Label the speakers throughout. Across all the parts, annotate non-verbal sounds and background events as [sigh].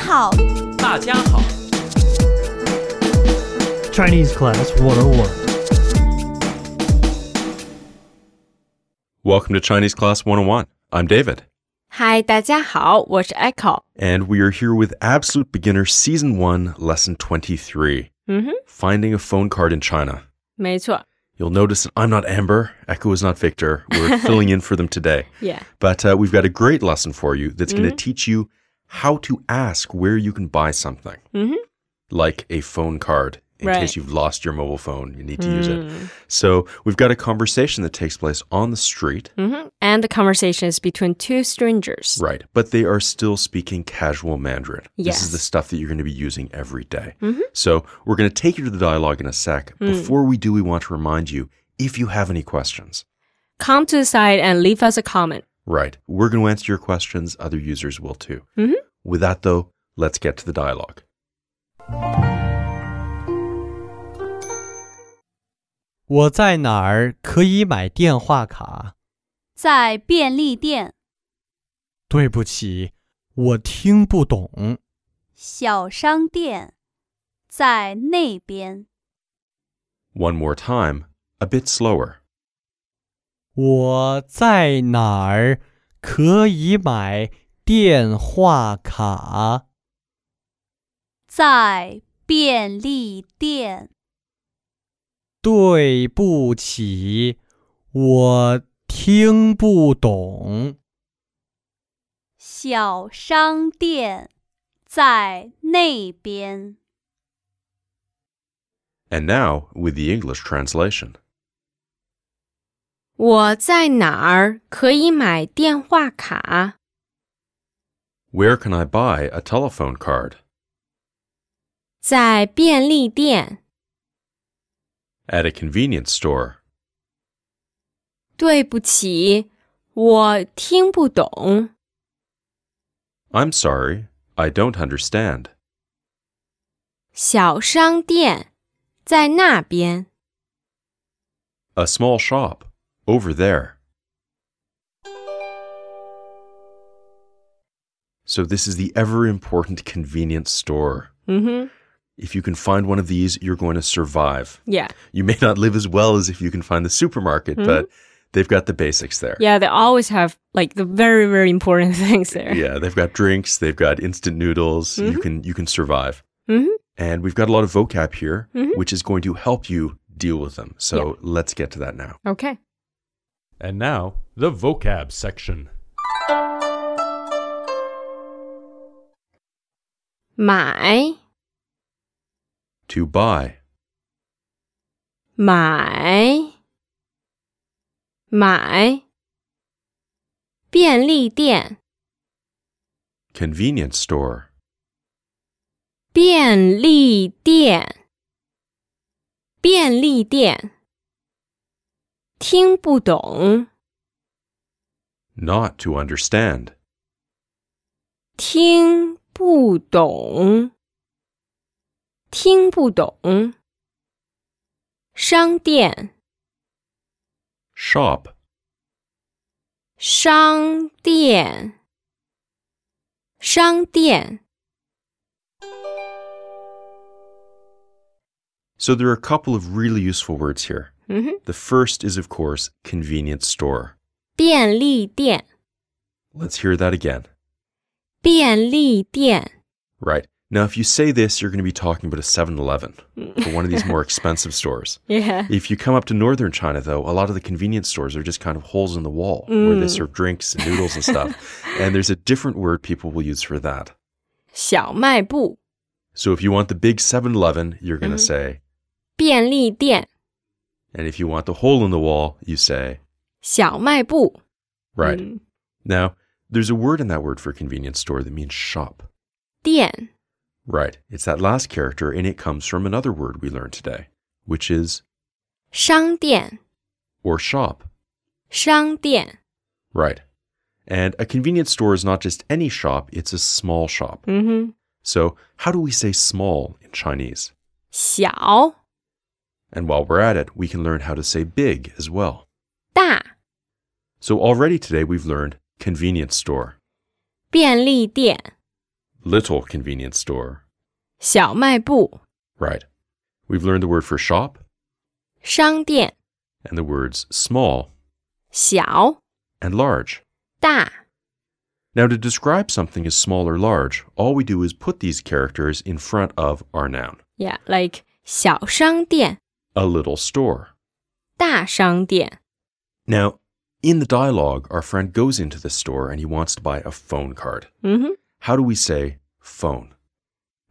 Speaker 1: 好，
Speaker 2: 大家好，
Speaker 3: Chinese Class 101.
Speaker 4: Welcome to Chinese Class 101. I'm David,
Speaker 5: 嗨，大家好，我是 Echo。
Speaker 4: and we are here with Absolute Beginner Season 1, Lesson 23
Speaker 5: 嗯哼，
Speaker 4: Finding a Phone Card in China.
Speaker 5: 没错
Speaker 4: You'll notice that I'm not Amber, Echo is not Victor. We're filling in for them today.
Speaker 5: ，Yeah，
Speaker 4: But uh, we've got a great lesson for you that's going to teach you how to ask where you can buy something,
Speaker 5: 嗯哼，
Speaker 4: like a phone card. In
Speaker 5: Right. Mm.
Speaker 4: case you've lost your mobile phone, you need to use it. So, we've got a conversation that takes place on the street.
Speaker 5: 嗯哼。And the conversation is between two strangers.
Speaker 4: Right. But they are still speaking casual Mandarin. This
Speaker 5: Yes.
Speaker 4: is the stuff that you're going to be using every day. So we're going to take you to the dialogue in a sec. Before we do, we want to remind you if you have any questions.
Speaker 5: Come to the side and leave us a comment.
Speaker 4: Right. We're going to answer your questions. Other users will too. With that, though, let's get to the dialogue.
Speaker 3: 我在哪儿可以买电话卡？
Speaker 1: 在便利店，
Speaker 3: 对不起，我听不懂。
Speaker 1: 小商店，在那边，
Speaker 4: One more time, a bit slower.
Speaker 3: 我在哪儿可以买电话卡？
Speaker 1: 在便利店，
Speaker 3: 对不起，我听不懂。
Speaker 1: 小商店，在那边，
Speaker 4: And now with the English translation.
Speaker 5: 我在哪儿可以买电话卡？
Speaker 4: Where can I buy a telephone card?
Speaker 5: 在便利店。
Speaker 4: At a convenience store.
Speaker 5: 对不起，我听不懂。
Speaker 4: I'm sorry, I don't understand.
Speaker 5: 小商店在那边。
Speaker 4: A small shop. Over there. So, this is the ever important convenience store.
Speaker 5: 嗯哼
Speaker 4: If you can find one of these, you're going to survive.
Speaker 5: ，Yeah,
Speaker 4: You may not live as well as if you can find the supermarket, but they've got the basics there.
Speaker 5: yeah. They always have like the very, very important [laughs] things there.
Speaker 4: Yeah, they've got drinks, they've got instant noodles. You can you can survive.
Speaker 5: 嗯哼，
Speaker 4: And we've got a lot of vocab here,
Speaker 5: Mhm.
Speaker 4: which is going to help you deal with them. So, let's get to that now.
Speaker 5: Okay.
Speaker 2: and now the vocab section.
Speaker 5: 买
Speaker 4: To buy
Speaker 5: 买买便利店
Speaker 4: convenience store
Speaker 5: 便利店便利店听不懂
Speaker 4: not to understand.
Speaker 5: 听不懂听不懂商店
Speaker 4: Shop,
Speaker 5: 商店，商店，
Speaker 4: So there are a couple of really useful words here.
Speaker 5: 嗯哼，
Speaker 4: The first is, of course, convenience store.
Speaker 5: 便利店，
Speaker 4: Let's hear that again.
Speaker 5: 便利店，
Speaker 4: Right. Now, if you say this, you're going to be talking about a 7 Eleven or one of these more expensive stores.
Speaker 5: yeah，
Speaker 4: If you come up to northern China, though, a lot of the convenience stores are just kind of holes in the wall where they
Speaker 5: Mm.
Speaker 4: serve drinks and noodles and stuff. and there's a different word people will use for that.
Speaker 5: [laughs] 小卖部，
Speaker 4: So if you want the big 7 Eleven, you're going to say,
Speaker 5: 便利店，
Speaker 4: and if you want the hole in the wall, you say,
Speaker 5: 小卖部，
Speaker 4: right.
Speaker 5: 嗯
Speaker 4: Now, there's a word in that word for convenience store that means shop.
Speaker 5: 店，
Speaker 4: Right. It's that last character, and it comes from another word we learned today, which is
Speaker 5: 商店，
Speaker 4: or shop.
Speaker 5: 商店，
Speaker 4: Right. And a convenience store is not just any shop, it's a small shop.
Speaker 5: 嗯哼，
Speaker 4: So, how do we say small in Chinese?
Speaker 5: 小
Speaker 4: And while we're at it, we can learn how to say big as well.
Speaker 5: 大
Speaker 4: So, already today we've learned convenience store.
Speaker 5: 便利店，
Speaker 4: little convenience store.
Speaker 5: 小卖部、
Speaker 4: Right. We've learned the word for shop
Speaker 5: 商店、
Speaker 4: and the words small
Speaker 5: 小、
Speaker 4: and large.
Speaker 5: 大、
Speaker 4: Now, to describe something as small or large, all we do is put these characters in front of our noun.
Speaker 5: yeah, like 小商店、
Speaker 4: A little store.
Speaker 5: 大商店。
Speaker 4: Now, in the dialogue, our friend goes into the store and he wants to buy a phone card.
Speaker 5: 嗯哼，
Speaker 4: How do we say phone?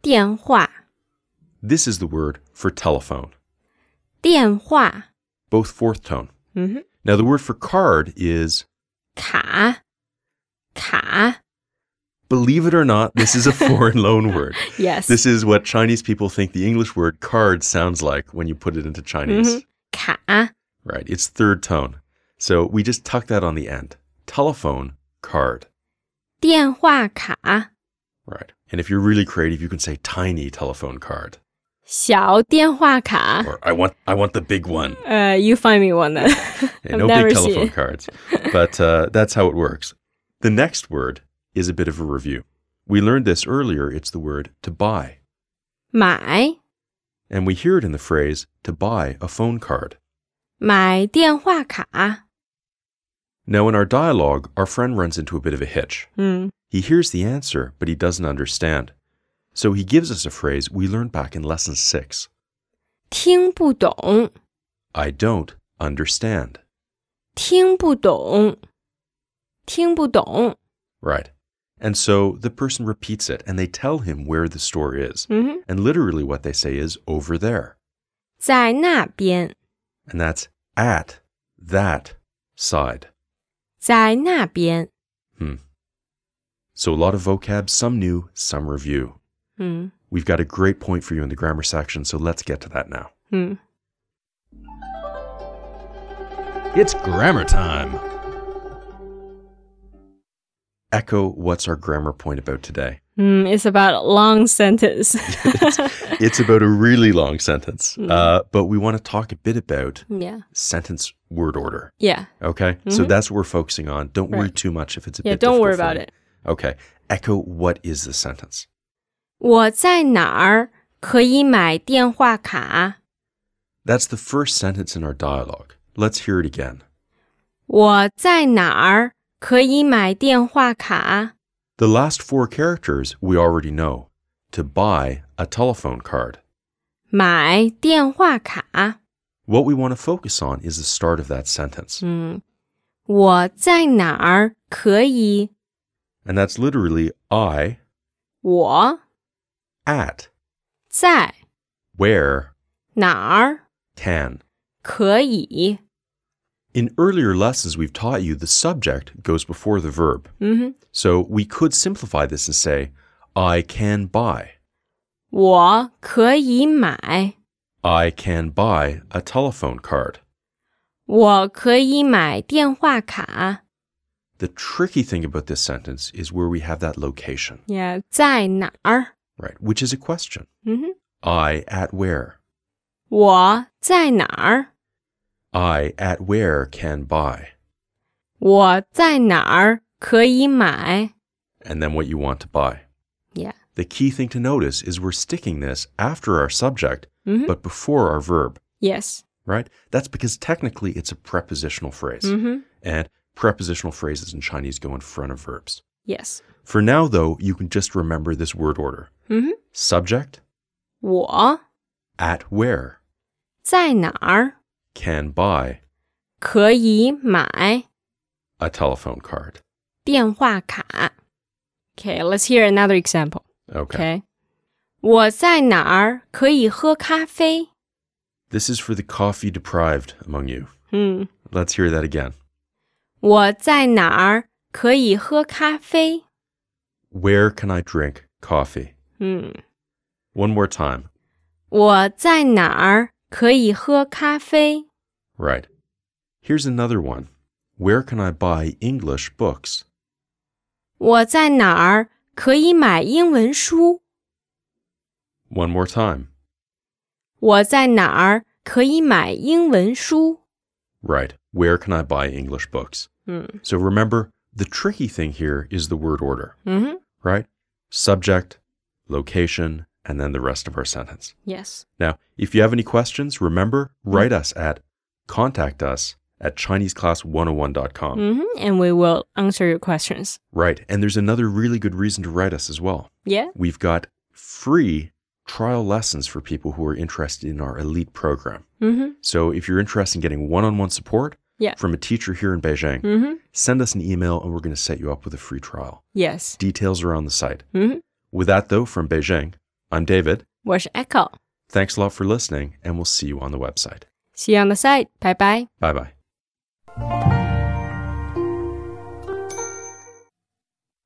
Speaker 5: 电话、
Speaker 4: This is the word for telephone,
Speaker 5: 电话。
Speaker 4: both fourth tone.
Speaker 5: 嗯哼，
Speaker 4: Now, the word for card is,
Speaker 5: 卡、卡。
Speaker 4: believe it or not, this is a foreign loan word.
Speaker 5: Yes，
Speaker 4: This is what Chinese people think the English word card sounds like when you put it into Chinese.
Speaker 5: 嗯哼卡、
Speaker 4: Right. It's third tone. So we just tuck that on the end. Telephone card.
Speaker 5: 电话卡、
Speaker 4: Right. And if you're really creative, you can say tiny
Speaker 5: [laughs]
Speaker 4: telephone card.
Speaker 5: 小电话卡。
Speaker 4: Or I want I want the big one.
Speaker 5: 呃、y o u Uh, find me one then.
Speaker 4: [laughs] Yeah,
Speaker 5: I've
Speaker 4: no
Speaker 5: never
Speaker 4: big
Speaker 5: seen
Speaker 4: [laughs] telephone
Speaker 5: it.
Speaker 4: cards. But uh, that's how it works. The next word is a bit of a review. We learned this earlier. It's the word to buy.
Speaker 5: 买
Speaker 4: And we hear it in the phrase to buy a phone card.
Speaker 5: 买电话卡。
Speaker 4: Now, in our dialogue, our friend runs into a bit of a hitch.
Speaker 5: 嗯
Speaker 4: He hears the answer, but he doesn't understand. So he gives us a phrase we learned back in lesson six
Speaker 5: 听不懂，
Speaker 4: I don't understand.
Speaker 5: 听不懂，听不懂。
Speaker 4: Right. And so the person repeats it and they tell him where the store is.
Speaker 5: 嗯哼，
Speaker 4: And literally what they say is over there.
Speaker 5: 在那边，
Speaker 4: And that's at that side.
Speaker 5: 在那边。
Speaker 4: Hmm. So a lot of vocab, some new, some review.
Speaker 5: 嗯
Speaker 4: We've got a great point for you in the grammar section, so let's get to that now.
Speaker 5: 嗯，
Speaker 2: It's grammar time.
Speaker 4: Echo, what's our grammar point about today?
Speaker 5: 嗯，it's Hmm. about a long
Speaker 4: [laughs]
Speaker 5: sentence [laughs]
Speaker 4: it's about a really long sentence,
Speaker 5: Hmm.
Speaker 4: uh, but we want to talk a bit about
Speaker 5: yeah,
Speaker 4: sentence word order.
Speaker 5: yeah,
Speaker 4: Okay, so
Speaker 5: Mhm.
Speaker 4: that's what we're focusing on. Don't worry
Speaker 5: Right.
Speaker 4: too much if it's a
Speaker 5: yeah.
Speaker 4: bit.
Speaker 5: Don't worry about
Speaker 4: difficult for you.
Speaker 5: it.
Speaker 4: Okay, echo. What is the sentence?
Speaker 5: 我在哪儿可以买电话卡？
Speaker 4: That's the first sentence in our dialogue. Let's hear it again.
Speaker 5: [laughs] 我在哪儿可以买电话卡？
Speaker 4: The last four characters we already know. To buy a telephone card.
Speaker 5: 买电话卡。
Speaker 4: What we want to focus on is the start of that sentence,
Speaker 5: 嗯，我在哪儿可以？
Speaker 4: and that's literally I
Speaker 5: 我
Speaker 4: at
Speaker 5: 在
Speaker 4: where
Speaker 5: 哪儿
Speaker 4: can
Speaker 5: 可以？
Speaker 4: In earlier lessons, we've taught you the subject goes before the verb.
Speaker 5: 嗯哼，
Speaker 4: So we could simplify this and say, I can buy.
Speaker 5: 我可以买，
Speaker 4: I can buy a telephone card.
Speaker 5: 我可以买电话卡。
Speaker 4: The tricky thing about this sentence is where we have that location,
Speaker 5: 呀、在哪儿？
Speaker 4: right? Which is a question.
Speaker 5: 嗯哼，
Speaker 4: I at where?
Speaker 5: 我在哪儿？
Speaker 4: I at where can buy?
Speaker 5: 我在哪儿可以买？
Speaker 4: And then what you want to buy.
Speaker 5: 呀、
Speaker 4: The key thing to notice is we're sticking this after our subject,
Speaker 5: 嗯哼
Speaker 4: but before our verb,
Speaker 5: ，yes，
Speaker 4: right? That's because technically it's a prepositional phrase.
Speaker 5: 嗯哼
Speaker 4: and prepositional phrases in Chinese go in front of verbs.
Speaker 5: ，yes，
Speaker 4: For now, though, you can just remember this word order
Speaker 5: 嗯哼，
Speaker 4: subject,
Speaker 5: 我
Speaker 4: at where,
Speaker 5: 在哪儿
Speaker 4: can buy
Speaker 5: 可以买
Speaker 4: a telephone card.
Speaker 5: 电话卡？Okay，let's hear another example.
Speaker 4: Okay.
Speaker 5: Okay，我在哪儿可以喝咖啡？
Speaker 4: This is for the coffee deprived among you.
Speaker 5: 嗯，
Speaker 4: Let's hear that again.
Speaker 5: 我在哪儿可以喝咖啡？
Speaker 4: Where can I drink coffee?
Speaker 5: 嗯，
Speaker 4: One more time.
Speaker 5: 我在哪儿可以喝咖啡？
Speaker 4: Right. Here's another one. Where can I buy English books?
Speaker 5: 我在哪儿可以买英文书？
Speaker 4: One more time.
Speaker 5: 我在哪儿可以买英文书？
Speaker 4: Right. Where can I buy English books?
Speaker 5: 嗯
Speaker 4: So remember, the tricky thing here is the word order.
Speaker 5: 嗯哼
Speaker 4: right? subject, location, and then the rest of our sentence.
Speaker 5: Yes.
Speaker 4: Now, if you have any questions, remember, write us at contact us at ChineseClass101.com.
Speaker 5: hmm And we will answer your questions.
Speaker 4: Right. And there's another really good reason to write us as well.
Speaker 5: Yeah.
Speaker 4: We've got free trial lessons for people who are interested in our elite program.
Speaker 5: hmm
Speaker 4: So if you're interested in getting one on one support
Speaker 5: Yeah.
Speaker 4: from a teacher here in Beijing,
Speaker 5: hmm
Speaker 4: send us an email and we're going to set you up with a free trial.
Speaker 5: Yes.
Speaker 4: Details are on the site.
Speaker 5: hmm
Speaker 4: With that, though, from Beijing, I'm David.
Speaker 5: 我是 Echo。
Speaker 4: Thanks a lot for listening, and we'll see you on the website.
Speaker 5: See you on the side. 拜拜。
Speaker 4: Bye bye.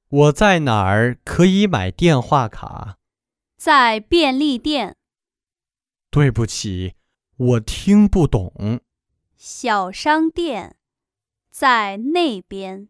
Speaker 3: 我在哪儿可以买电话卡？
Speaker 1: 在便利店、
Speaker 3: 对不起，我听不懂。
Speaker 1: 小商店，在那边。